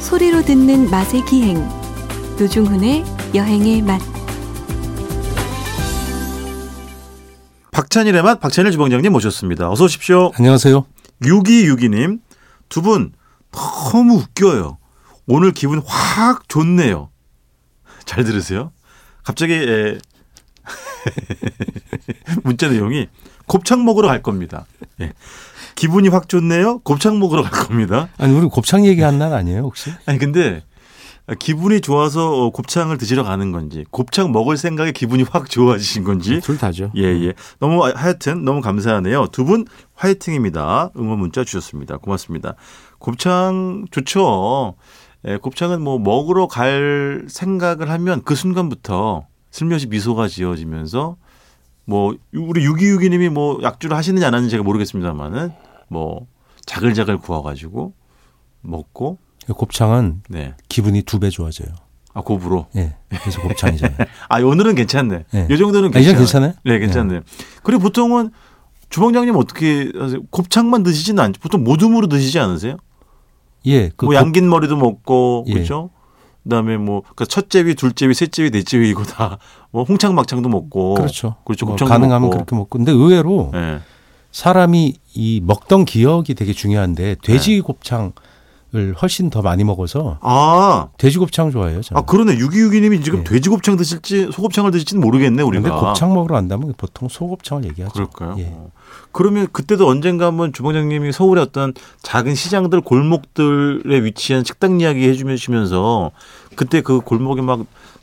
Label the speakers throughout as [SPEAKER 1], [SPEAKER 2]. [SPEAKER 1] 소리로 듣는 맛의 기행 노중훈의 여행의 맛
[SPEAKER 2] 박찬일의 맛 박찬일 주방장님 모셨습니다. 어서 오십시오.
[SPEAKER 3] 안녕하세요.
[SPEAKER 2] 6262님 두 분 너무 웃겨요. 오늘 기분 확 좋네요. 잘 들으세요. 갑자기 에, 문자 내용이 곱창 먹으러 갈 겁니다. 예. 기분이 확 좋네요. 곱창 먹으러 갈 겁니다.
[SPEAKER 3] 아니 우리 곱창 얘기한 날 아니에요 혹시?
[SPEAKER 2] 아니 근데 기분이 좋아서 어, 곱창을 드시러 가는 건지 곱창 먹을 생각에 기분이 확 좋아지신 건지
[SPEAKER 3] 둘 다죠.
[SPEAKER 2] 예, 예. 너무 하- 하여튼 너무 감사하네요. 두 분 화이팅입니다. 응원 문자 주셨습니다. 고맙습니다. 곱창 좋죠. 예, 곱창은 뭐 먹으러 갈 생각을 하면 그 순간부터 슬며시 미소가 지어지면서 뭐 우리 6262님이 뭐 약주를 하시는지 안 하는지 제가 모르겠습니다만은 뭐 자글자글 구워가지고 먹고
[SPEAKER 3] 예, 곱창은
[SPEAKER 2] 네.
[SPEAKER 3] 기분이 두 배 좋아져요.
[SPEAKER 2] 아 고부로.
[SPEAKER 3] 예. 그래서 곱창이잖아요.
[SPEAKER 2] 아 오늘은 괜찮네.
[SPEAKER 3] 네.
[SPEAKER 2] 이 정도는
[SPEAKER 3] 아, 이제
[SPEAKER 2] 괜찮아요.
[SPEAKER 3] 괜찮아요? 예.
[SPEAKER 2] 네, 괜찮네요. 그리고 보통은 주방장님 어떻게 하세요? 곱창만 드시지는 않죠. 보통 모둠으로 드시지 않으세요?
[SPEAKER 3] 예. 그
[SPEAKER 2] 뭐
[SPEAKER 3] 곱-
[SPEAKER 2] 양긴 머리도 먹고
[SPEAKER 3] 예.
[SPEAKER 2] 그렇죠. 그다음에 뭐 그러니까 첫째 위, 둘째 위, 셋째 위, 넷째 위 이거 다뭐 홍창 막창도 먹고
[SPEAKER 3] 그렇죠.
[SPEAKER 2] 그렇죠.
[SPEAKER 3] 뭐
[SPEAKER 2] 곱창도
[SPEAKER 3] 가능하면
[SPEAKER 2] 먹고.
[SPEAKER 3] 그렇게 먹고. 근데 의외로
[SPEAKER 2] 예.
[SPEAKER 3] 사람이 이 먹던 기억이 되게 중요한데
[SPEAKER 2] 예.
[SPEAKER 3] 돼지 곱창을 훨씬 더 많이 먹어서
[SPEAKER 2] 아,
[SPEAKER 3] 돼지 곱창 좋아해요. 저는.
[SPEAKER 2] 아 그러네. 6262님이 지금
[SPEAKER 3] 예.
[SPEAKER 2] 돼지곱창 드실지 소곱창을 드실지는 모르겠네
[SPEAKER 3] 근데
[SPEAKER 2] 우리가.
[SPEAKER 3] 곱창 먹으러 간다면 보통 소곱창을 얘기하죠.
[SPEAKER 2] 그럴까요?
[SPEAKER 3] 예.
[SPEAKER 2] 어. 그러면 그때도 언젠가 한번 주방장님이 서울의 어떤 작은 시장들 골목들에 위치한 식당 이야기 해주시면서 그때 그 골목에 막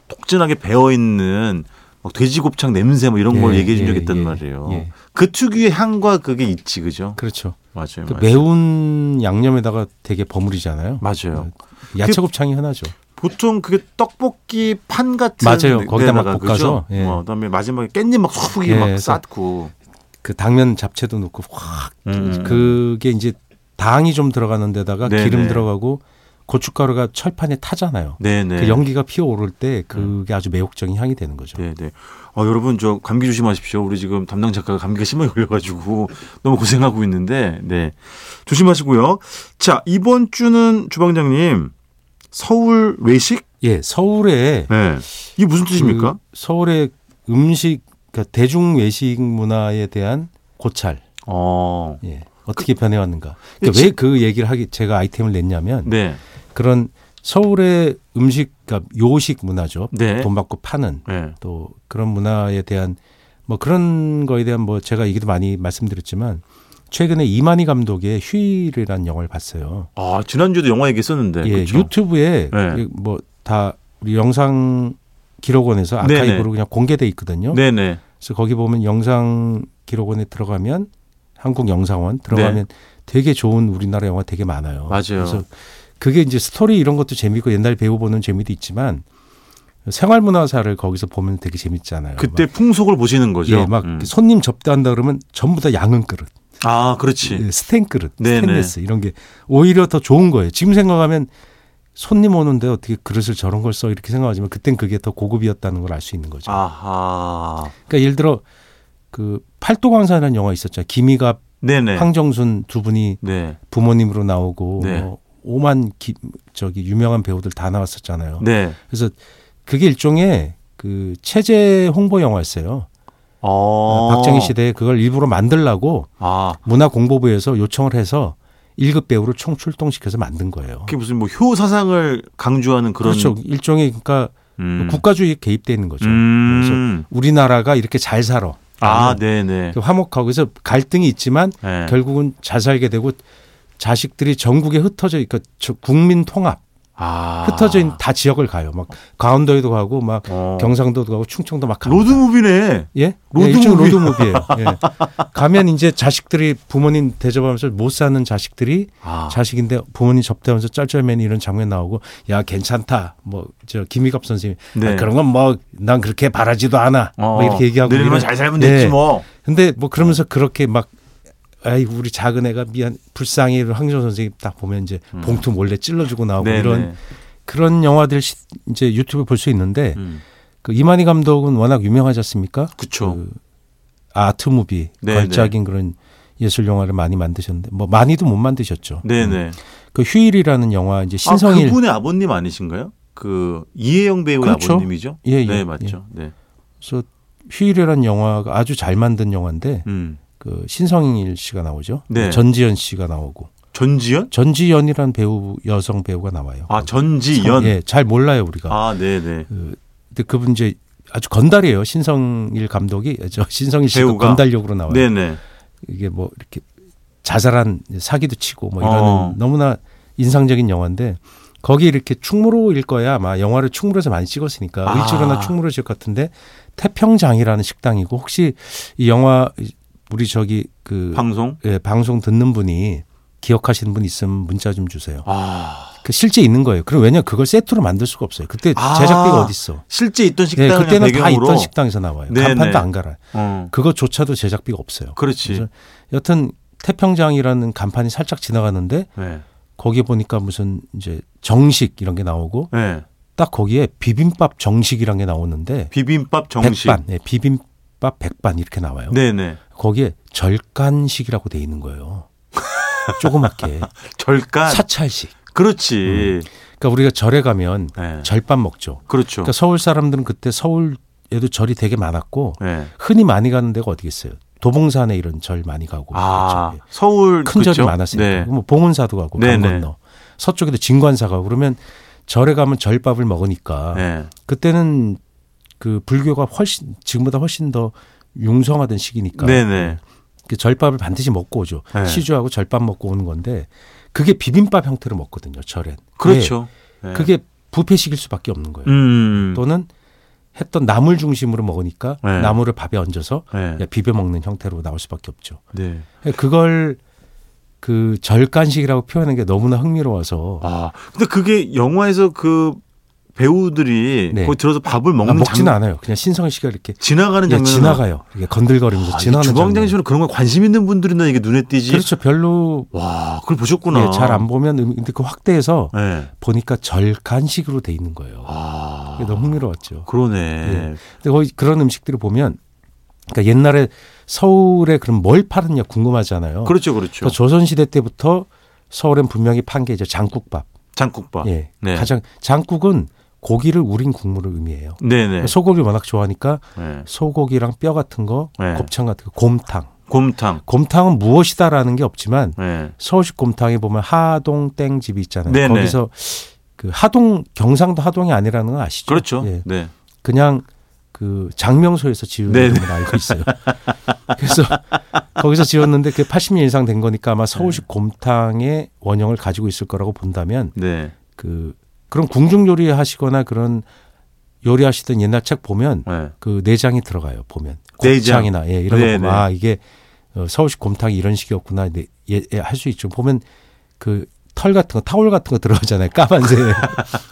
[SPEAKER 2] 독진하게 배어 있는 막 돼지곱창 냄새 뭐 이런 걸
[SPEAKER 3] 예,
[SPEAKER 2] 얘기해 준
[SPEAKER 3] 예,
[SPEAKER 2] 적이 있단
[SPEAKER 3] 예,
[SPEAKER 2] 말이에요.
[SPEAKER 3] 예.
[SPEAKER 2] 그 특유의 향과 그게 있지 그죠?
[SPEAKER 3] 그렇죠.
[SPEAKER 2] 예, 맞아요.
[SPEAKER 3] 그
[SPEAKER 2] 맞아요.
[SPEAKER 3] 매운 양념에다가 되게 버무리잖아요.
[SPEAKER 2] 맞아요.
[SPEAKER 3] 그
[SPEAKER 2] 그
[SPEAKER 3] 야채 곱창이 하나죠.
[SPEAKER 2] 보통 그게 떡볶이 판 같은
[SPEAKER 3] 맞아요. 거기다 막
[SPEAKER 2] 데다가,
[SPEAKER 3] 볶아서,
[SPEAKER 2] 그죠?
[SPEAKER 3] 예.
[SPEAKER 2] 어, 그다음에 마지막에 깻잎 막 소프게
[SPEAKER 3] 예,
[SPEAKER 2] 막
[SPEAKER 3] 그래서
[SPEAKER 2] 쌓고
[SPEAKER 3] 그 당면 잡채도 넣고 확
[SPEAKER 2] 음.
[SPEAKER 3] 그게 이제 당이 좀 들어가는 데다가
[SPEAKER 2] 네네.
[SPEAKER 3] 기름 들어가고 고춧가루가 철판에 타잖아요.
[SPEAKER 2] 네네. 음.
[SPEAKER 3] 그 연기가 피어오를 때 그게 아주 매혹적인 향이 되는 거죠.
[SPEAKER 2] 네, 네. 어, 여러분 저 감기 조심하십시오. 우리 지금 담당 작가가 감기가 심하게 걸려가지고 너무 고생하고 있는데, 네 조심하시고요. 자 이번 주는 주방장님 서울 외식,
[SPEAKER 3] 예, 서울에
[SPEAKER 2] 네 이게 무슨 뜻입니까?
[SPEAKER 3] 그 서울의 음식 그러니까 대중 외식 문화에 대한 고찰.
[SPEAKER 2] 어,
[SPEAKER 3] 예. 어떻게 변해왔는가.
[SPEAKER 2] 그치.
[SPEAKER 3] 그러니까 왜 그 얘기를 하기 제가 아이템을 냈냐면
[SPEAKER 2] 네,
[SPEAKER 3] 그런 서울의 음식 그러니까 요식 문화죠.
[SPEAKER 2] 네.
[SPEAKER 3] 돈 받고 파는
[SPEAKER 2] 네,
[SPEAKER 3] 또 그런 문화에 대한 뭐 그런 거에 대한 뭐 제가 얘기도 많이 말씀드렸지만 최근에 이만희 감독의 휴일이라는 영화를 봤어요.
[SPEAKER 2] 아 지난주도 영화 얘기했었는데,
[SPEAKER 3] 예,
[SPEAKER 2] 네, 그쵸?
[SPEAKER 3] 유튜브에
[SPEAKER 2] 그렇죠. 네.
[SPEAKER 3] 뭐 다 우리 영상 기록원에서 아카이브로
[SPEAKER 2] 네네.
[SPEAKER 3] 그냥 공개돼 있거든요.
[SPEAKER 2] 네, 네,
[SPEAKER 3] 그래서 거기 보면 영상 기록원에 들어가면 한국 영상원 들어가면 되게 좋은 우리나라 영화 되게 많아요.
[SPEAKER 2] 네. 맞아요.
[SPEAKER 3] 그래서 그게 이제 스토리 이런 것도 재미있고 옛날 배우 보는 재미도 있지만 생활 문화사를 거기서 보면 되게 재밌잖아요.
[SPEAKER 2] 그때 풍속을 보시는 거죠.
[SPEAKER 3] 예, 막
[SPEAKER 2] 음.
[SPEAKER 3] 손님 접대한다 그러면 전부 다 양은 그릇,
[SPEAKER 2] 아, 그렇지.
[SPEAKER 3] 예, 스텐 그릇,
[SPEAKER 2] 네네.
[SPEAKER 3] 스테인레스 이런 게 오히려 더 좋은 거예요. 지금 생각하면 손님 오는데 어떻게 그릇을 저런 걸 써 이렇게 생각하지만 그땐 그게 더 고급이었다는 걸 알 수 있는
[SPEAKER 2] 아.
[SPEAKER 3] 거죠.
[SPEAKER 2] 아하,
[SPEAKER 3] 그러니까 예를 들어 그 팔도광산이라는 영화 있었죠. 김희갑,
[SPEAKER 2] 네, 네,
[SPEAKER 3] 황정순 두 분이
[SPEAKER 2] 네,
[SPEAKER 3] 부모님으로 나오고
[SPEAKER 2] 네.
[SPEAKER 3] 뭐 오만 기, 저기 유명한 배우들 다 나왔었잖아요.
[SPEAKER 2] 네,
[SPEAKER 3] 그래서 그게 일종의 그 체제 홍보 영화였어요.
[SPEAKER 2] 어,
[SPEAKER 3] 박정희 시대에 그걸 일부러 만들라고
[SPEAKER 2] 아,
[SPEAKER 3] 문화공보부에서 요청을 해서 일급 배우를 총 출동시켜서 만든 거예요.
[SPEAKER 2] 그게 무슨 뭐 효 사상을 강조하는 그런
[SPEAKER 3] 그렇죠. 일종의 그러니까
[SPEAKER 2] 음.
[SPEAKER 3] 국가주의에 개입돼 있는 거죠.
[SPEAKER 2] 음.
[SPEAKER 3] 우리나라가 이렇게 잘 살아.
[SPEAKER 2] 아, 네네.
[SPEAKER 3] 그 화목하고 그래서 갈등이 있지만
[SPEAKER 2] 네.
[SPEAKER 3] 결국은 잘 살게 되고 자식들이 전국에 흩어져 있고 저- 국민 통합
[SPEAKER 2] 아.
[SPEAKER 3] 흩어져 있는 다 지역을 가요. 막 강원도에도 가고 막
[SPEAKER 2] 어.
[SPEAKER 3] 경상도도 가고 충청도 막 갑니다.
[SPEAKER 2] 로드무비네.
[SPEAKER 3] 예?
[SPEAKER 2] 로드무비.
[SPEAKER 3] 예, 일종 로드무비예요. 예. 가면 이제 자식들이 부모님 대접하면서 못 사는 자식들이
[SPEAKER 2] 아.
[SPEAKER 3] 자식인데 부모님 접대하면서 짤짤맨 이런 장면 나오고 야 괜찮다. 뭐 저 김희갑 선생님
[SPEAKER 2] 네.
[SPEAKER 3] 아, 그런 건 뭐 난 그렇게 바라지도 않아.
[SPEAKER 2] 어.
[SPEAKER 3] 뭐 이렇게 얘기하고
[SPEAKER 2] 내리면
[SPEAKER 3] 이런-
[SPEAKER 2] 잘 살면
[SPEAKER 3] 예.
[SPEAKER 2] 됐지 뭐.
[SPEAKER 3] 근데 뭐 그러면서 그렇게 막 아이 우리 작은 애가 미안 불쌍해 황정 선생님 딱 보면 이제 봉투 몰래 찔러주고 나오고
[SPEAKER 2] 음. 네네.
[SPEAKER 3] 이런 그런 영화들 시- 이제 유튜브 볼 수 있는데
[SPEAKER 2] 음.
[SPEAKER 3] 그 이만희 감독은 워낙 유명하지 않습니까?
[SPEAKER 2] 그쵸.
[SPEAKER 3] 그 아트 무비
[SPEAKER 2] 네네.
[SPEAKER 3] 걸작인 그런 예술 영화를 많이 만드셨는데 뭐 많이도 못 만드셨죠.
[SPEAKER 2] 네네.
[SPEAKER 3] 그 휴일이라는 영화 이제 신성일
[SPEAKER 2] 아, 그분의 아버님 아니신가요? 그 이혜영 배우의
[SPEAKER 3] 그렇죠.
[SPEAKER 2] 아버님이죠.
[SPEAKER 3] 예, 예,
[SPEAKER 2] 네 맞죠. 네.
[SPEAKER 3] 그래서 휴일이라는 영화가 아주 잘 만든 영화인데
[SPEAKER 2] 음.
[SPEAKER 3] 그 신성일 씨가 나오죠. 그
[SPEAKER 2] 네.
[SPEAKER 3] 전지현 씨가 나오고
[SPEAKER 2] 전지현?
[SPEAKER 3] 전지현이라는 배우 여성 배우가 나와요.
[SPEAKER 2] 아 전지현.
[SPEAKER 3] 예, 잘 몰라요 우리가.
[SPEAKER 2] 아 네네.
[SPEAKER 3] 근데 그분 이제 아주 건달이에요. 신성일 감독이 저 신성일 씨가
[SPEAKER 2] 배우가?
[SPEAKER 3] 건달력으로 나와요.
[SPEAKER 2] 네네.
[SPEAKER 3] 이게 뭐 이렇게 자잘한 사기도 치고 뭐 이런
[SPEAKER 2] 어.
[SPEAKER 3] 너무나 인상적인 영화인데 거기 이렇게 충무로일 거야 아마 영화를 충무로에서 많이 찍었으니까
[SPEAKER 2] 아.
[SPEAKER 3] 을지로나 충무로 지역 같은데 태평장이라는 식당이고 혹시 이 영화 우리 저기 그
[SPEAKER 2] 방송.
[SPEAKER 3] 예, 방송 듣는 분이 기억하시는 분 있으면 문자 좀 주세요.
[SPEAKER 2] 아
[SPEAKER 3] 그 실제 있는 거예요. 그럼 왜냐 그걸 세트로 만들 수가 없어요. 그때
[SPEAKER 2] 아.
[SPEAKER 3] 제작비가 어디 있어?
[SPEAKER 2] 실제 있던
[SPEAKER 3] 예,
[SPEAKER 2] 식당을
[SPEAKER 3] 그때는
[SPEAKER 2] 그냥
[SPEAKER 3] 다
[SPEAKER 2] 배경으로.
[SPEAKER 3] 있던 식당에서 나와요.
[SPEAKER 2] 네, 네.
[SPEAKER 3] 간판도 안 갈아요.
[SPEAKER 2] 어.
[SPEAKER 3] 그것조차도 제작비가 없어요.
[SPEAKER 2] 그렇지.
[SPEAKER 3] 그래서 여튼 태평장이라는 간판이 살짝 지나가는데
[SPEAKER 2] 네.
[SPEAKER 3] 거기에 보니까 무슨 이제 정식 이런 게 나오고
[SPEAKER 2] 네.
[SPEAKER 3] 딱 거기에 비빔밥 정식이란 게 나오는데
[SPEAKER 2] 비빔밥 정식.
[SPEAKER 3] 백반, 예, 비빔밥 백반 이렇게 나와요.
[SPEAKER 2] 네네.
[SPEAKER 3] 거기에 절간식이라고 돼 있는 거예요. 조그맣게
[SPEAKER 2] 절간.
[SPEAKER 3] 사찰식.
[SPEAKER 2] 그렇지.
[SPEAKER 3] 그러니까 우리가 절에 가면
[SPEAKER 2] 네.
[SPEAKER 3] 절밥 먹죠.
[SPEAKER 2] 그렇죠.
[SPEAKER 3] 음. 그러니까 서울 사람들은 그때 서울에도 절이 되게 많았고
[SPEAKER 2] 네.
[SPEAKER 3] 흔히 많이 가는 데가 어디겠어요? 도봉산에 이런 절 많이 가고
[SPEAKER 2] 아
[SPEAKER 3] 그렇죠.
[SPEAKER 2] 서울
[SPEAKER 3] 큰
[SPEAKER 2] 그쵸?
[SPEAKER 3] 절이 많았으니까
[SPEAKER 2] 네.
[SPEAKER 3] 뭐 봉은사도 가고
[SPEAKER 2] 네,
[SPEAKER 3] 강
[SPEAKER 2] 네.
[SPEAKER 3] 건너 서쪽에도 진관사 가고 그러면 절에 가면 절밥을 먹으니까
[SPEAKER 2] 네.
[SPEAKER 3] 그때는 그 불교가 훨씬 지금보다 훨씬 더 융성하던 시기니까
[SPEAKER 2] 네네.
[SPEAKER 3] 그 절밥을 반드시 먹고 오죠
[SPEAKER 2] 네.
[SPEAKER 3] 시주하고 절밥 먹고 오는 건데 그게 비빔밥 형태로 먹거든요 절엔
[SPEAKER 2] 그렇죠.
[SPEAKER 3] 예,
[SPEAKER 2] 네.
[SPEAKER 3] 그게 부패식일 수밖에 없는 거예요
[SPEAKER 2] 음.
[SPEAKER 3] 또는 했던 나물 중심으로 먹으니까
[SPEAKER 2] 네.
[SPEAKER 3] 나물을 밥에 얹어서
[SPEAKER 2] 네.
[SPEAKER 3] 그냥 비벼 먹는 형태로 나올 수밖에 없죠
[SPEAKER 2] 네.
[SPEAKER 3] 그걸 그 절간식이라고 표현하는 게 너무나 흥미로워서
[SPEAKER 2] 아, 근데 그게 영화에서 그 배우들이
[SPEAKER 3] 네.
[SPEAKER 2] 거기 들어서 밥을
[SPEAKER 3] 아,
[SPEAKER 2] 먹는
[SPEAKER 3] 먹지는
[SPEAKER 2] 장
[SPEAKER 3] 않아요. 그냥 신성일 씨가 이렇게
[SPEAKER 2] 지나가는
[SPEAKER 3] 그냥
[SPEAKER 2] 장면
[SPEAKER 3] 지나가요. 이렇게 건들거리면서
[SPEAKER 2] 아, 이
[SPEAKER 3] 지나가는 장면.
[SPEAKER 2] 주방장에서는 그런 거 관심 있는 분들이나 이게 눈에 띄지.
[SPEAKER 3] 그렇죠. 별로
[SPEAKER 2] 와, 그걸 보셨구나.
[SPEAKER 3] 예, 잘안 보면 음- 근데 그 확대해서
[SPEAKER 2] 네.
[SPEAKER 3] 보니까 절간식으로 돼 있는 거예요.
[SPEAKER 2] 아,
[SPEAKER 3] 그게 너무 예. 흥미로웠죠.
[SPEAKER 2] 그러네.
[SPEAKER 3] 근데 거기 그런 음식들을 보면 그러니까 옛날에 서울에 그럼 뭘 팔았냐 궁금하잖아요.
[SPEAKER 2] 그렇죠, 그렇죠.
[SPEAKER 3] 그러니까 조선 시대 때부터 서울엔 분명히 판 게 이제 장국밥.
[SPEAKER 2] 장국밥.
[SPEAKER 3] 예.
[SPEAKER 2] 네.
[SPEAKER 3] 가장 장국은 고기를 우린 국물을 의미해요. 그러니까
[SPEAKER 2] 네네.
[SPEAKER 3] 소고기 워낙 좋아하니까
[SPEAKER 2] 네.
[SPEAKER 3] 소고기랑 뼈 같은 거,
[SPEAKER 2] 네.
[SPEAKER 3] 곱창 같은 거, 곰탕.
[SPEAKER 2] 곰탕.
[SPEAKER 3] 곰탕은 무엇이다라는 게 없지만
[SPEAKER 2] 네.
[SPEAKER 3] 서울식 곰탕에 보면 하동 땡집이 있잖아요.
[SPEAKER 2] 네네.
[SPEAKER 3] 거기서 그 하동 경상도 하동이 아니라는 건 아시죠?
[SPEAKER 2] 그렇죠.
[SPEAKER 3] 예.
[SPEAKER 2] 네.
[SPEAKER 3] 그냥 그 장명소에서 지은
[SPEAKER 2] 네네.
[SPEAKER 3] 걸 알고 있어요. 그래서 거기서 지었는데 그 80년 이상 된 거니까 아마 서울식 곰탕의 원형을 가지고 있을 거라고 본다면
[SPEAKER 2] 네.
[SPEAKER 3] 그 그런 궁중 요리 하시거나 그런 요리 하시던 옛날 책 보면
[SPEAKER 2] 네.
[SPEAKER 3] 그 내장이 들어가요 보면
[SPEAKER 2] 내장.
[SPEAKER 3] 곱창이나 예, 이런
[SPEAKER 2] 네,
[SPEAKER 3] 거 보면
[SPEAKER 2] 네.
[SPEAKER 3] 아 이게 어, 서울식 곰탕이 이런 식이었구나 네, 예, 할 수 있죠 보면 그 털 같은 거 타올 같은 거 들어가잖아요 까만색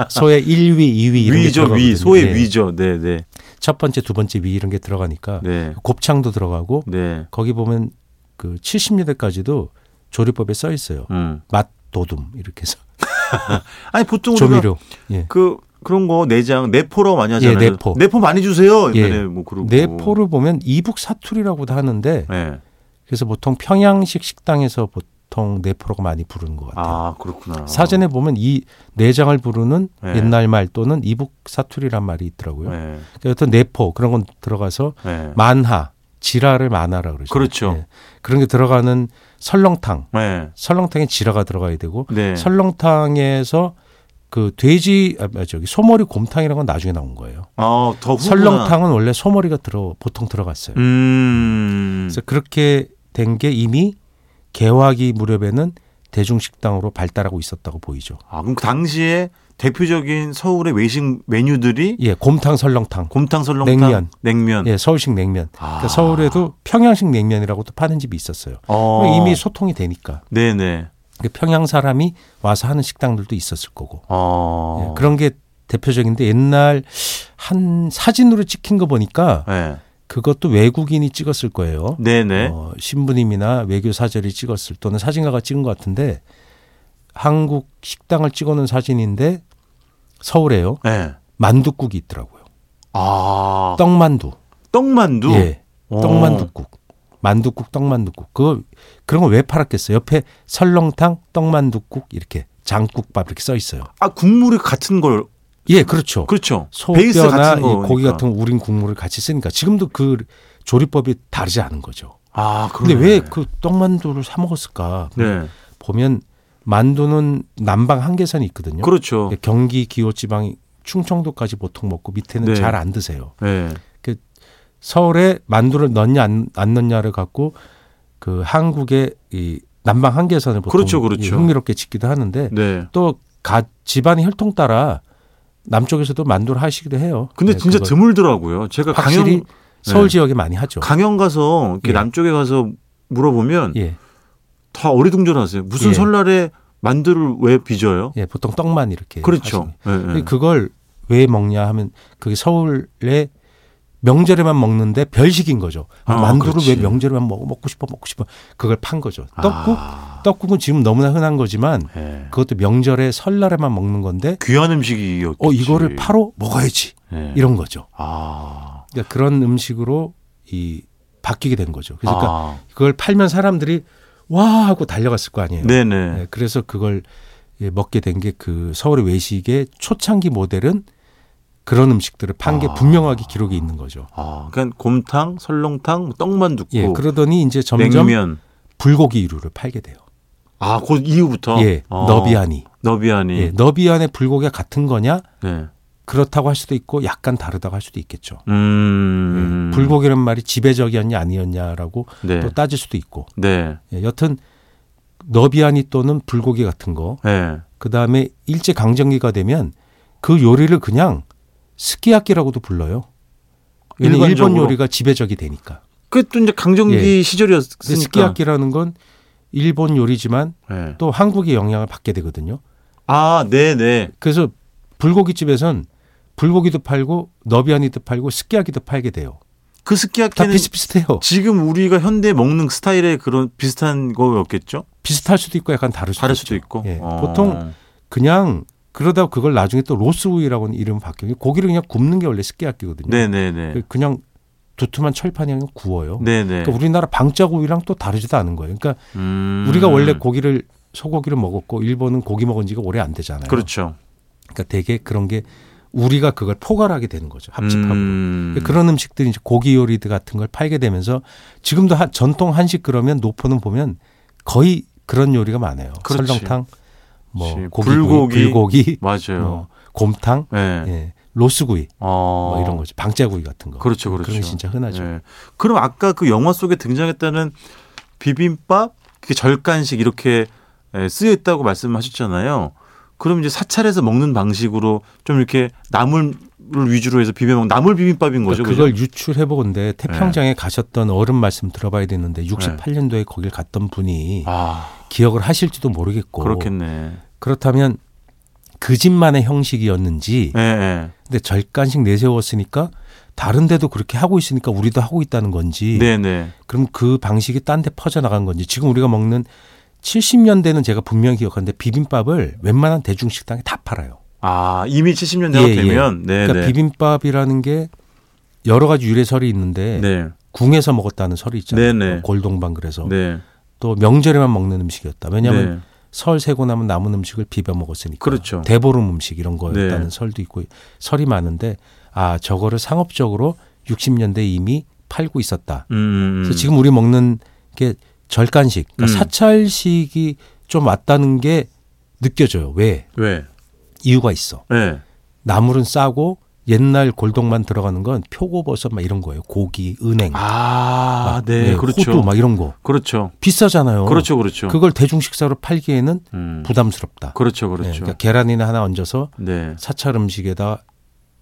[SPEAKER 3] 소의 1위 2위
[SPEAKER 2] 위죠,
[SPEAKER 3] 이런 게
[SPEAKER 2] 위.
[SPEAKER 3] 들어가거든요.
[SPEAKER 2] 소의
[SPEAKER 3] 예.
[SPEAKER 2] 위죠. 네, 네.
[SPEAKER 3] 첫 번째 두 번째 위 이런 게 들어가니까
[SPEAKER 2] 네.
[SPEAKER 3] 곱창도 들어가고
[SPEAKER 2] 네.
[SPEAKER 3] 거기 보면 그 70년대까지도 조리법에 써 있어요
[SPEAKER 2] 음.
[SPEAKER 3] 맛 도둠 이렇게 해서
[SPEAKER 2] 아니 보통 우리가
[SPEAKER 3] 조미료 예.
[SPEAKER 2] 그 그런 거 내장 내포라고 많이 하잖아요.
[SPEAKER 3] 예, 내포.
[SPEAKER 2] 많이 주세요.
[SPEAKER 3] 예.
[SPEAKER 2] 옛날에 뭐 그러고.
[SPEAKER 3] 내포를 보면 이북 사투리라고도 하는데
[SPEAKER 2] 예.
[SPEAKER 3] 그래서 보통 평양식 식당에서 보통 내포라고 많이 부르는 것 같아요.
[SPEAKER 2] 아 그렇구나.
[SPEAKER 3] 사전에 보면 이 내장을 부르는
[SPEAKER 2] 네.
[SPEAKER 3] 옛날 말 또는 이북 사투리란 말이 있더라고요.
[SPEAKER 2] 예.
[SPEAKER 3] 그러니까 어떤 내포 그런 건 들어가서
[SPEAKER 2] 예.
[SPEAKER 3] 만하 지라를 만하라 그러죠.
[SPEAKER 2] 그렇죠.
[SPEAKER 3] 예. 그런 게 들어가는 설렁탕
[SPEAKER 2] 예.
[SPEAKER 3] 설렁탕에 지라가 들어가야 되고
[SPEAKER 2] 네.
[SPEAKER 3] 설렁탕에서 그 돼지 아 저기 소머리 곰탕이라는 건 나중에 나온 거예요.
[SPEAKER 2] 아, 더 후구나.
[SPEAKER 3] 설렁탕은 원래 소머리가 들어 보통 들어갔어요.
[SPEAKER 2] 음.
[SPEAKER 3] 그래서 그렇게 된 게 이미 개화기 무렵에는 대중식당으로 발달하고 있었다고 보이죠.
[SPEAKER 2] 아 그럼 그 당시에 대표적인 서울의 외식 메뉴들이
[SPEAKER 3] 예, 곰탕 설렁탕.
[SPEAKER 2] 곰탕 설렁탕,
[SPEAKER 3] 냉면.
[SPEAKER 2] 냉면.
[SPEAKER 3] 예, 서울식 냉면.
[SPEAKER 2] 아.
[SPEAKER 3] 그러니까 서울에도 평양식 냉면이라고도 파는 집이 있었어요.
[SPEAKER 2] 어.
[SPEAKER 3] 이미 소통이 되니까.
[SPEAKER 2] 네네.
[SPEAKER 3] 그 평양 사람이 와서 하는 식당들도 있었을 거고.
[SPEAKER 2] 어.
[SPEAKER 3] 예, 그런 게 대표적인데 옛날 한 사진으로 찍힌 거 보니까
[SPEAKER 2] 예.
[SPEAKER 3] 그것도 외국인이 찍었을 거예요.
[SPEAKER 2] 네네.
[SPEAKER 3] 어, 신부님이나 외교 사절이 찍었을 또는 사진가가 찍은 것 같은데 한국 식당을 찍어놓은 사진인데 서울에요
[SPEAKER 2] 예.
[SPEAKER 3] 만둣국이 있더라고요
[SPEAKER 2] 아
[SPEAKER 3] 떡만두
[SPEAKER 2] 떡만두. 어.
[SPEAKER 3] 예
[SPEAKER 2] 오.
[SPEAKER 3] 떡만둣국 만둣국, 떡만둣국. 그거 그런 거 왜 팔았겠어요? 옆에 설렁탕, 떡만둣국 이렇게 장국밥 이렇게 써 있어요.
[SPEAKER 2] 아 국물이 같은 걸
[SPEAKER 3] 예, 그렇죠.
[SPEAKER 2] 그렇죠. 베이스
[SPEAKER 3] 소뼈나
[SPEAKER 2] 같은
[SPEAKER 3] 이
[SPEAKER 2] 거
[SPEAKER 3] 고기 같은 거 우린 국물을 같이 쓰니까 지금도 그 조리법이 다르지 않은 거죠.
[SPEAKER 2] 아
[SPEAKER 3] 근데
[SPEAKER 2] 그런데
[SPEAKER 3] 왜 그 떡만두를 사 먹었을까?
[SPEAKER 2] 네
[SPEAKER 3] 보면 만두는 남방 한계선이 있거든요. 예,
[SPEAKER 2] 그렇죠.
[SPEAKER 3] 경기 기호 지방 충청도까지 보통 먹고 밑에는
[SPEAKER 2] 네.
[SPEAKER 3] 잘 안 드세요.
[SPEAKER 2] 네.
[SPEAKER 3] 서울에 만두를 넣냐 안, 안 넣냐를 갖고 그 한국의 이 남방 한계선을 보통
[SPEAKER 2] 그렇죠, 그렇죠.
[SPEAKER 3] 이 흥미롭게 짓기도 하는데
[SPEAKER 2] 네.
[SPEAKER 3] 또 가, 집안의 혈통 따라 남쪽에서도 만두를 하시기도 해요.
[SPEAKER 2] 근데
[SPEAKER 3] 네,
[SPEAKER 2] 진짜
[SPEAKER 3] 그거
[SPEAKER 2] 드물더라고요. 제가
[SPEAKER 3] 확실히
[SPEAKER 2] 강연
[SPEAKER 3] 서울
[SPEAKER 2] 네.
[SPEAKER 3] 지역에 많이 하죠.
[SPEAKER 2] 강연 가서 이렇게
[SPEAKER 3] 예.
[SPEAKER 2] 남쪽에 가서 물어보면
[SPEAKER 3] 예,
[SPEAKER 2] 다 어리둥절하세요. 무슨
[SPEAKER 3] 예.
[SPEAKER 2] 설날에 만두를 왜 빚어요?
[SPEAKER 3] 예, 보통 떡만 이렇게
[SPEAKER 2] 그렇죠.
[SPEAKER 3] 하시는.
[SPEAKER 2] 예, 예.
[SPEAKER 3] 근데 그걸 왜 먹냐 하면 그게 서울에 명절에만 먹는데 별식인 거죠.
[SPEAKER 2] 아,
[SPEAKER 3] 만두를
[SPEAKER 2] 그렇지.
[SPEAKER 3] 왜 명절에만 먹어 먹고 싶어 먹고 싶어 그걸 판 거죠. 떡국
[SPEAKER 2] 아,
[SPEAKER 3] 떡국은 지금 너무나 흔한 거지만
[SPEAKER 2] 예.
[SPEAKER 3] 그것도 명절에 설날에만 먹는 건데
[SPEAKER 2] 귀한 음식이었겠지.
[SPEAKER 3] 어 이거를 파로 먹어야지
[SPEAKER 2] 예.
[SPEAKER 3] 이런 거죠.
[SPEAKER 2] 아.
[SPEAKER 3] 그러니까 그런 음식으로 이 바뀌게 된 거죠. 그러니까
[SPEAKER 2] 아.
[SPEAKER 3] 그걸 팔면 사람들이 와 하고 달려갔을 거 아니에요.
[SPEAKER 2] 네네.
[SPEAKER 3] 네, 그래서 그걸 예, 먹게 된 게 그 서울의 외식의 초창기 모델은 그런 음식들을 판 게
[SPEAKER 2] 아.
[SPEAKER 3] 분명하게 기록이 있는 거죠.
[SPEAKER 2] 아, 그러니까 곰탕, 설렁탕, 뭐 떡만 두
[SPEAKER 3] 예,
[SPEAKER 2] 고
[SPEAKER 3] 그러더니 이제 점점
[SPEAKER 2] 냉면.
[SPEAKER 3] 불고기 이류를 팔게 돼요.
[SPEAKER 2] 아, 그 이후부터
[SPEAKER 3] 예,
[SPEAKER 2] 어, 네.
[SPEAKER 3] 너비안이.
[SPEAKER 2] 너비안이.
[SPEAKER 3] 예, 너비안의 불고기가 같은 거냐?
[SPEAKER 2] 네.
[SPEAKER 3] 그렇다고 할 수도 있고 약간 다르다고 할 수도 있겠죠.
[SPEAKER 2] 음.
[SPEAKER 3] 예, 불고기란 말이 지배적이었냐 아니었냐라고
[SPEAKER 2] 네.
[SPEAKER 3] 또 따질 수도 있고.
[SPEAKER 2] 네.
[SPEAKER 3] 예, 여튼 너비아니 또는 불고기 같은 거.
[SPEAKER 2] 예.
[SPEAKER 3] 그다음에 일제 강점기가 되면 그 요리를 그냥 스키야키라고도 불러요. 왜냐면 일본
[SPEAKER 2] 일반적으로?
[SPEAKER 3] 요리가 지배적이 되니까.
[SPEAKER 2] 그또 이제 강정기
[SPEAKER 3] 예. 근데
[SPEAKER 2] 시절이었으니까.
[SPEAKER 3] 스키야키라는 건 일본 요리지만
[SPEAKER 2] 예.
[SPEAKER 3] 또 한국의 영향을 받게 되거든요.
[SPEAKER 2] 아, 네, 네.
[SPEAKER 3] 그래서 불고기집에선 불고기도 팔고 너비아니도 팔고 스키야키도 팔게 돼요.
[SPEAKER 2] 그
[SPEAKER 3] 다
[SPEAKER 2] 스키야키는
[SPEAKER 3] 비슷비슷해요.
[SPEAKER 2] 지금 우리가 현대 먹는 스타일의 그런 비슷한 거였겠죠?
[SPEAKER 3] 비슷할 수도 있고 약간 다를 수도
[SPEAKER 2] 다를
[SPEAKER 3] 있죠.
[SPEAKER 2] 수도 있고.
[SPEAKER 3] 예.
[SPEAKER 2] 어.
[SPEAKER 3] 보통 그냥 그러다 그걸 나중에 또 로스우이라고는 이름 바뀌고 고기를 그냥 굽는 게 원래 스키야키거든요.
[SPEAKER 2] 네, 네, 네.
[SPEAKER 3] 그냥 두툼한 철판이 그냥 구워요.
[SPEAKER 2] 네, 네.
[SPEAKER 3] 그러니까 우리나라 방짜고기랑 또 다르지도 않은 거예요. 그러니까
[SPEAKER 2] 음.
[SPEAKER 3] 우리가 원래 고기를 소고기를 먹었고 일본은 고기 먹은 지가 오래 안 되잖아요.
[SPEAKER 2] 그렇죠.
[SPEAKER 3] 그러니까 되게 그런 게 우리가 그걸 포괄하게 되는 거죠. 합집합으로. 그러니까
[SPEAKER 2] 음.
[SPEAKER 3] 그런 음식들이 이제 고기 요리 같은 걸 팔게 되면서 지금도 한- 전통 한식 그러면 노포는 보면 거의 그런 요리가 많아요.
[SPEAKER 2] 그렇지.
[SPEAKER 3] 설렁탕, 뭐
[SPEAKER 2] 그렇지.
[SPEAKER 3] 고기, 불고기, 불고기
[SPEAKER 2] 맞아요.
[SPEAKER 3] 뭐 곰탕,
[SPEAKER 2] 예.
[SPEAKER 3] 예, 로스구이
[SPEAKER 2] 어.
[SPEAKER 3] 뭐 이런 거죠. 방짜구이 같은 거.
[SPEAKER 2] 그렇죠, 그렇죠.
[SPEAKER 3] 런게 진짜 흔하죠.
[SPEAKER 2] 예. 그럼 아까 그 영화 속에 등장했다는 비빔밥, 그게 절간식 이렇게 예, 쓰여 있다고 말씀하셨잖아요. 그럼 이제 사찰에서 먹는 방식으로 좀 이렇게 나물을 위주로 해서 비벼 먹는 나물 비빔밥인 거죠.
[SPEAKER 3] 그러니까
[SPEAKER 2] 네.
[SPEAKER 3] 그걸 유출해 보건데 태평양에 가셨던 어른 말씀 들어봐야 되는데 68년도에 거길 갔던 분이
[SPEAKER 2] 아,
[SPEAKER 3] 기억을 하실지도 모르겠고
[SPEAKER 2] 그렇겠네.
[SPEAKER 3] 그렇다면 그 집만의 형식이었는지
[SPEAKER 2] 예, 예.
[SPEAKER 3] 근데 절간식 내세웠으니까 다른 데도 그렇게 하고 있으니까 우리도 하고 있다는 건지
[SPEAKER 2] 네, 네.
[SPEAKER 3] 그럼 그 방식이 딴 데 퍼져나간 건지 지금 우리가 먹는 70년대는 제가 분명히 기억하는데 비빔밥을 웬만한 대중식당에 다 팔아요.
[SPEAKER 2] 아, 이미 70년대가
[SPEAKER 3] 예, 예.
[SPEAKER 2] 되면 네,
[SPEAKER 3] 그러니까
[SPEAKER 2] 네.
[SPEAKER 3] 비빔밥이라는 게 여러 가지 유래설이 있는데
[SPEAKER 2] 네.
[SPEAKER 3] 궁에서 먹었다는 설이 있잖아요.
[SPEAKER 2] 네네.
[SPEAKER 3] 골동방 그래서
[SPEAKER 2] 네.
[SPEAKER 3] 또 명절에만 먹는 음식이었다. 왜냐하면
[SPEAKER 2] 네.
[SPEAKER 3] 설 세고 나면 남은 음식을 비벼 먹었으니까.
[SPEAKER 2] 그렇죠.
[SPEAKER 3] 대보름 음식 이런 거였다는
[SPEAKER 2] 네.
[SPEAKER 3] 설도 있고 설이 많은데 아 저거를 상업적으로 60년대 이미 팔고 있었다.
[SPEAKER 2] 음, 음, 음.
[SPEAKER 3] 그래서 지금 우리 먹는 게 절간식,
[SPEAKER 2] 음.
[SPEAKER 3] 그러니까 사찰식이 좀 왔다는 게 느껴져요. 왜?
[SPEAKER 2] 왜?
[SPEAKER 3] 이유가 있어.
[SPEAKER 2] 예.
[SPEAKER 3] 나물은 싸고 옛날 골동만 들어가는 건 표고버섯 막 이런 거예요. 고기, 은행,
[SPEAKER 2] 아,
[SPEAKER 3] 막,
[SPEAKER 2] 네.
[SPEAKER 3] 예,
[SPEAKER 2] 그렇죠.
[SPEAKER 3] 호두 막 이런 거
[SPEAKER 2] 그렇죠.
[SPEAKER 3] 비싸잖아요.
[SPEAKER 2] 그렇죠. 그렇죠.
[SPEAKER 3] 그걸 대중식사로 팔기에는
[SPEAKER 2] 음.
[SPEAKER 3] 부담스럽다.
[SPEAKER 2] 그렇죠.
[SPEAKER 3] 예,
[SPEAKER 2] 그렇죠.
[SPEAKER 3] 그러니까 계란이나 하나 얹어서
[SPEAKER 2] 네.
[SPEAKER 3] 사찰 음식에다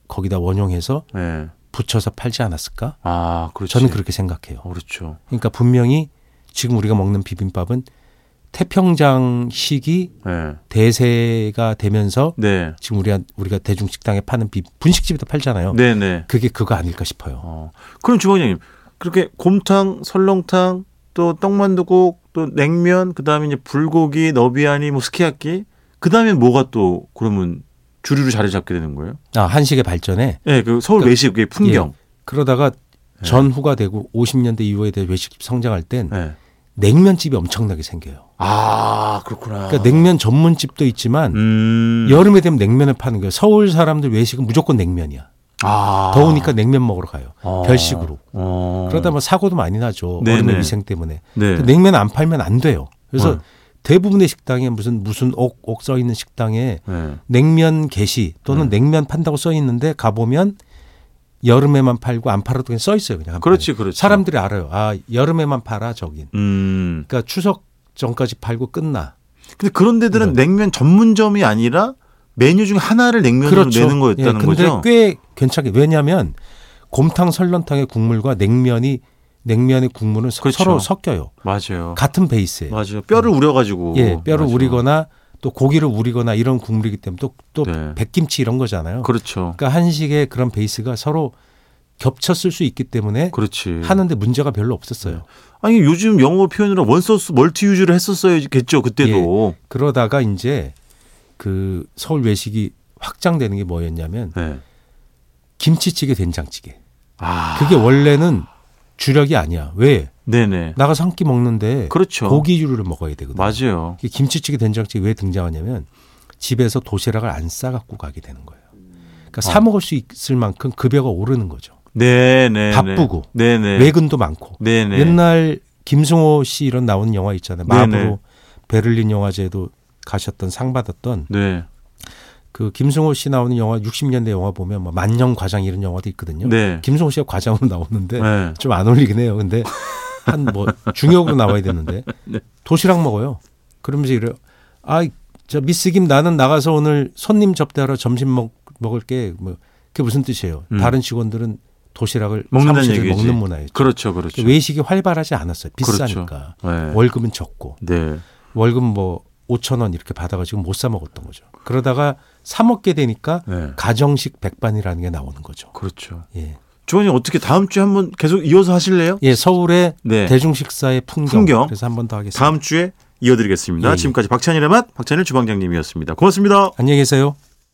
[SPEAKER 3] 거기다 원용해서
[SPEAKER 2] 네.
[SPEAKER 3] 붙여서 팔지 않았을까?
[SPEAKER 2] 아, 그렇죠.
[SPEAKER 3] 저는 그렇게 생각해요.
[SPEAKER 2] 그렇죠.
[SPEAKER 3] 그러니까 분명히 지금 우리가 먹는 비빔밥은 태평장식이
[SPEAKER 2] 네.
[SPEAKER 3] 대세가 되면서
[SPEAKER 2] 네.
[SPEAKER 3] 지금 우리가 우리가 대중식당에 파는 비, 분식집에도 팔잖아요.
[SPEAKER 2] 네, 네.
[SPEAKER 3] 그게 그거 아닐까 싶어요.
[SPEAKER 2] 어. 그럼 주방장님, 그렇게 곰탕, 설렁탕, 또 떡만두국, 또 냉면, 그다음에 이제 불고기, 너비아니, 뭐 스키야키, 그다음에 뭐가 또 그러면 주류로 자리 잡게 되는 거예요?
[SPEAKER 3] 아 한식의 발전에
[SPEAKER 2] 예, 그 서울
[SPEAKER 3] 그러니까-
[SPEAKER 2] 외식의 풍경.
[SPEAKER 3] 그러다가 전후가 되고 50년대 이후에 대해 외식집 성장할 땐
[SPEAKER 2] 네.
[SPEAKER 3] 냉면집이 엄청나게 생겨요.
[SPEAKER 2] 아 그렇구나.
[SPEAKER 3] 그러니까 냉면 전문집도 있지만
[SPEAKER 2] 음.
[SPEAKER 3] 여름에 되면 냉면을 파는 거예요. 서울 사람들 외식은 무조건 냉면이야.
[SPEAKER 2] 아.
[SPEAKER 3] 더우니까 냉면 먹으러 가요.
[SPEAKER 2] 아.
[SPEAKER 3] 별식으로.
[SPEAKER 2] 어.
[SPEAKER 3] 그러다 보면 사고도 많이 나죠.
[SPEAKER 2] 네네.
[SPEAKER 3] 어른의 위생 때문에.
[SPEAKER 2] 네.
[SPEAKER 3] 그러니까 냉면 안 팔면 안 돼요. 그래서
[SPEAKER 2] 네.
[SPEAKER 3] 대부분의 식당에 무슨 무슨 옥옥 써 있는 식당에
[SPEAKER 2] 네.
[SPEAKER 3] 냉면 게시 또는
[SPEAKER 2] 음.
[SPEAKER 3] 냉면 판다고 써 있는데 가 보면 여름에만 팔고 안 팔아도 그냥 써 있어요. 그냥 한
[SPEAKER 2] 그렇지,
[SPEAKER 3] 판에.
[SPEAKER 2] 그렇지.
[SPEAKER 3] 사람들이 알아요. 아 여름에만 팔아 저긴.
[SPEAKER 2] 음.
[SPEAKER 3] 그러니까 추석 전까지 팔고 끝나.
[SPEAKER 2] 근데 그런 데들은
[SPEAKER 3] 네.
[SPEAKER 2] 냉면 전문점이 아니라 메뉴 중 하나를 냉면으로 내는
[SPEAKER 3] 예,
[SPEAKER 2] 거였다는
[SPEAKER 3] 근데
[SPEAKER 2] 거죠.
[SPEAKER 3] 꽤 괜찮게 왜냐하면 곰탕 설렁탕의 국물과 냉면이 냉면의 국물은 서-
[SPEAKER 2] 그렇죠.
[SPEAKER 3] 서로 섞여요.
[SPEAKER 2] 맞아요.
[SPEAKER 3] 같은 베이스예요.
[SPEAKER 2] 맞아요. 뼈를 우려가지고.
[SPEAKER 3] 예, 뼈를
[SPEAKER 2] 맞아요.
[SPEAKER 3] 우리거나 또 고기를 우리거나 이런 국물이기 때문에 또 또
[SPEAKER 2] 네.
[SPEAKER 3] 백김치 이런 거잖아요. 그, 러
[SPEAKER 2] 그렇죠.
[SPEAKER 3] 니까 한식의 그런 베이스가 서로 겹쳤을 수 있기 때문에
[SPEAKER 2] 그렇지. 예. 네.
[SPEAKER 3] 하는데 문제가 별로 없었어요.
[SPEAKER 2] 아니 요즘 영어 표현으로 원소스 멀티 유즈를 했었어야겠죠 그때도.
[SPEAKER 3] 그러다가 이제 그 서울 외식이 확장되는 게 뭐였냐면
[SPEAKER 2] 네.
[SPEAKER 3] 김치찌개 된장찌개.
[SPEAKER 2] 아.
[SPEAKER 3] 그게 원래는 주력이 아니야. 왜?
[SPEAKER 2] 네네.
[SPEAKER 3] 나가서 한 끼 먹는데
[SPEAKER 2] 그렇죠.
[SPEAKER 3] 고기류를 먹어야 되거든.
[SPEAKER 2] 맞아요.
[SPEAKER 3] 이게 김치찌개 된장찌개 왜 등장하냐면 집에서 도시락을 안 싸갖고 가게 되는 거예요. 그러니까
[SPEAKER 2] 어.
[SPEAKER 3] 사 먹을 수 있을 만큼 급여가 오르는 거죠.
[SPEAKER 2] 네네.
[SPEAKER 3] 바쁘고.
[SPEAKER 2] 네네.
[SPEAKER 3] 외근도 많고.
[SPEAKER 2] 네네.
[SPEAKER 3] 옛날 김승호 씨 이런 나오는 영화 있잖아요. 마부로
[SPEAKER 2] 네네.
[SPEAKER 3] 베를린 영화제도 가셨던 상 받았던
[SPEAKER 2] 네.
[SPEAKER 3] 그 김승호 씨 나오는 영화 60년대 영화 보면 뭐 만년 과장 이런 영화도 있거든요.
[SPEAKER 2] 네.
[SPEAKER 3] 김승호 씨가 과장으로 나오는데
[SPEAKER 2] 네.
[SPEAKER 3] 좀 안 어울리긴 해요. 근데 한 뭐 중역으로 나와야 되는데
[SPEAKER 2] 네.
[SPEAKER 3] 도시락 먹어요. 그러면서 이래요. 아, 저 미스 김 나는 나가서 오늘 손님 접대하러 점심 먹 먹을게. 뭐 그게 무슨 뜻이에요?
[SPEAKER 2] 음.
[SPEAKER 3] 다른 직원들은 도시락을
[SPEAKER 2] 먹는다는
[SPEAKER 3] 사무실에서
[SPEAKER 2] 얘기지.
[SPEAKER 3] 먹는 문화였죠.
[SPEAKER 2] 그렇죠, 그렇죠.
[SPEAKER 3] 외식이 활발하지 않았어요. 비싸니까.
[SPEAKER 2] 네.
[SPEAKER 3] 월급은 적고
[SPEAKER 2] 네.
[SPEAKER 3] 월급 뭐 5천 원 이렇게 받아가지고 못 사 먹었던 거죠. 그러다가 사 먹게 되니까
[SPEAKER 2] 네.
[SPEAKER 3] 가정식 백반이라는 게 나오는 거죠.
[SPEAKER 2] 그렇죠.
[SPEAKER 3] 예,
[SPEAKER 2] 주원님 어떻게 다음 주에 한번 계속 이어서 하실래요?
[SPEAKER 3] 예 서울의
[SPEAKER 2] 네.
[SPEAKER 3] 대중식사의 풍경.
[SPEAKER 2] 풍경.
[SPEAKER 3] 그래서 한 번 더 하겠습니다.
[SPEAKER 2] 다음 주에 이어드리겠습니다.
[SPEAKER 3] 예, 예.
[SPEAKER 2] 지금까지 박찬일의 맛 박찬일 주방장님이었습니다. 고맙습니다.
[SPEAKER 3] 안녕히 계세요.